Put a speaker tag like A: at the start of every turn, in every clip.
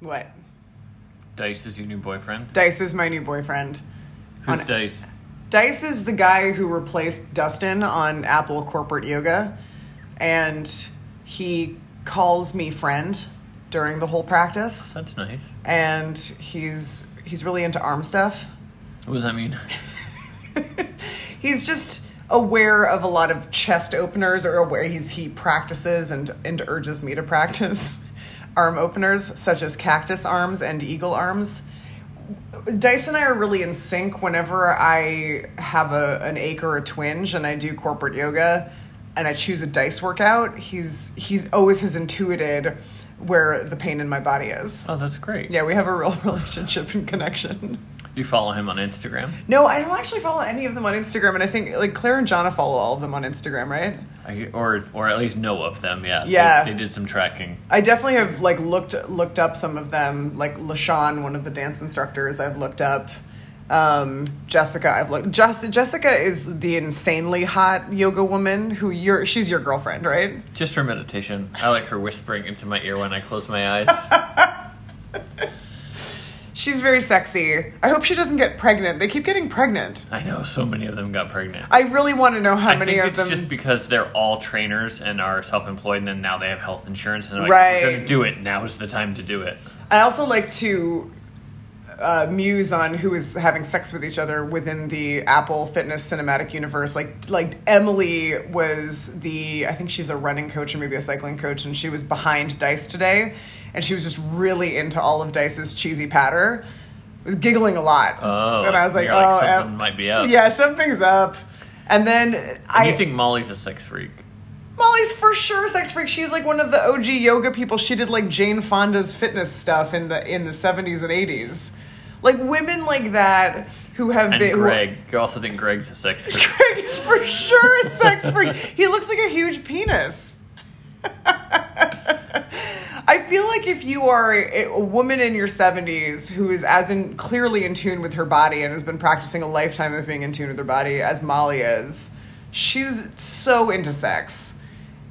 A: What?
B: Dice is your new boyfriend.
A: Dice is my new boyfriend.
B: Who's
A: on-
B: Dice?
A: Dice is the guy who replaced Dustin on Apple Corporate Yoga, and he calls me friend during the whole practice.
B: That's nice.
A: And he's he's really into arm stuff.
B: What does that mean?
A: he's just aware of a lot of chest openers or aware he's he practices and and urges me to practice arm openers such as cactus arms and eagle arms Dice and I are really in sync whenever I have a an ache or a twinge and I do corporate yoga and I choose a dice workout, he's he's always has intuited where the pain in my body is.
B: Oh, that's great.
A: Yeah, we have a real relationship and connection.
B: Do you follow him on Instagram?
A: No, I don't actually follow any of them on Instagram, and I think like Claire and Jonna follow all of them on Instagram, right?
B: I, or or at least know of them? Yeah. They-
A: Yeah.
B: They, did some tracking.
A: I definitely have like looked looked up some of them, like Lashawn, one of the dance instructors. I've looked up um, Jessica. I've looked Jess, Jessica is the insanely hot yoga woman who you're. She's your girlfriend, right?
B: Just for meditation. I like her whispering into my ear when I close my eyes.
A: She's very sexy. I hope she doesn't get pregnant. They keep getting pregnant.
B: I know so many of them got pregnant.
A: I really want to know how
B: I
A: many
B: think
A: of
B: it's
A: them.
B: just because they're all trainers and are self-employed, and then now they have health insurance, and they're like,
A: Right.
B: "We're gonna do it. Now is the time to do it."
A: I also like to uh, muse on who is having sex with each other within the Apple Fitness cinematic universe. Like, like Emily was the I think she's a running coach or maybe a cycling coach, and she was behind Dice today, and she was just really into all of Dice's cheesy patter. Was giggling a lot,
B: Oh,
A: and I was like,
B: you're like,
A: "Oh,
B: something
A: Em-
B: might be up.
A: Yeah, something's up. And then I
B: you think Molly's a sex freak?
A: Molly's for sure a sex freak. She's like one of the OG yoga people. She did like Jane Fonda's fitness stuff in the in the seventies and eighties. Like women like that who have
B: And
A: been who-
B: Greg, you also think Greg's a sex freak?
A: Greg is for sure a sex freak. He looks like a huge penis. I feel like if you are a, a woman in your 70s who is as in clearly in tune with her body and has been practicing a lifetime of being in tune with her body as Molly is, she's so into sex.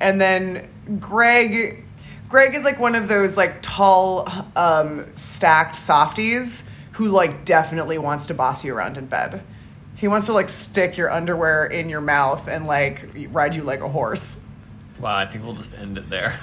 A: And then Greg Greg is like one of those like tall um stacked softies who like definitely wants to boss you around in bed. He wants to like stick your underwear in your mouth and like ride you like a horse.
B: Wow, I think we'll just end it there.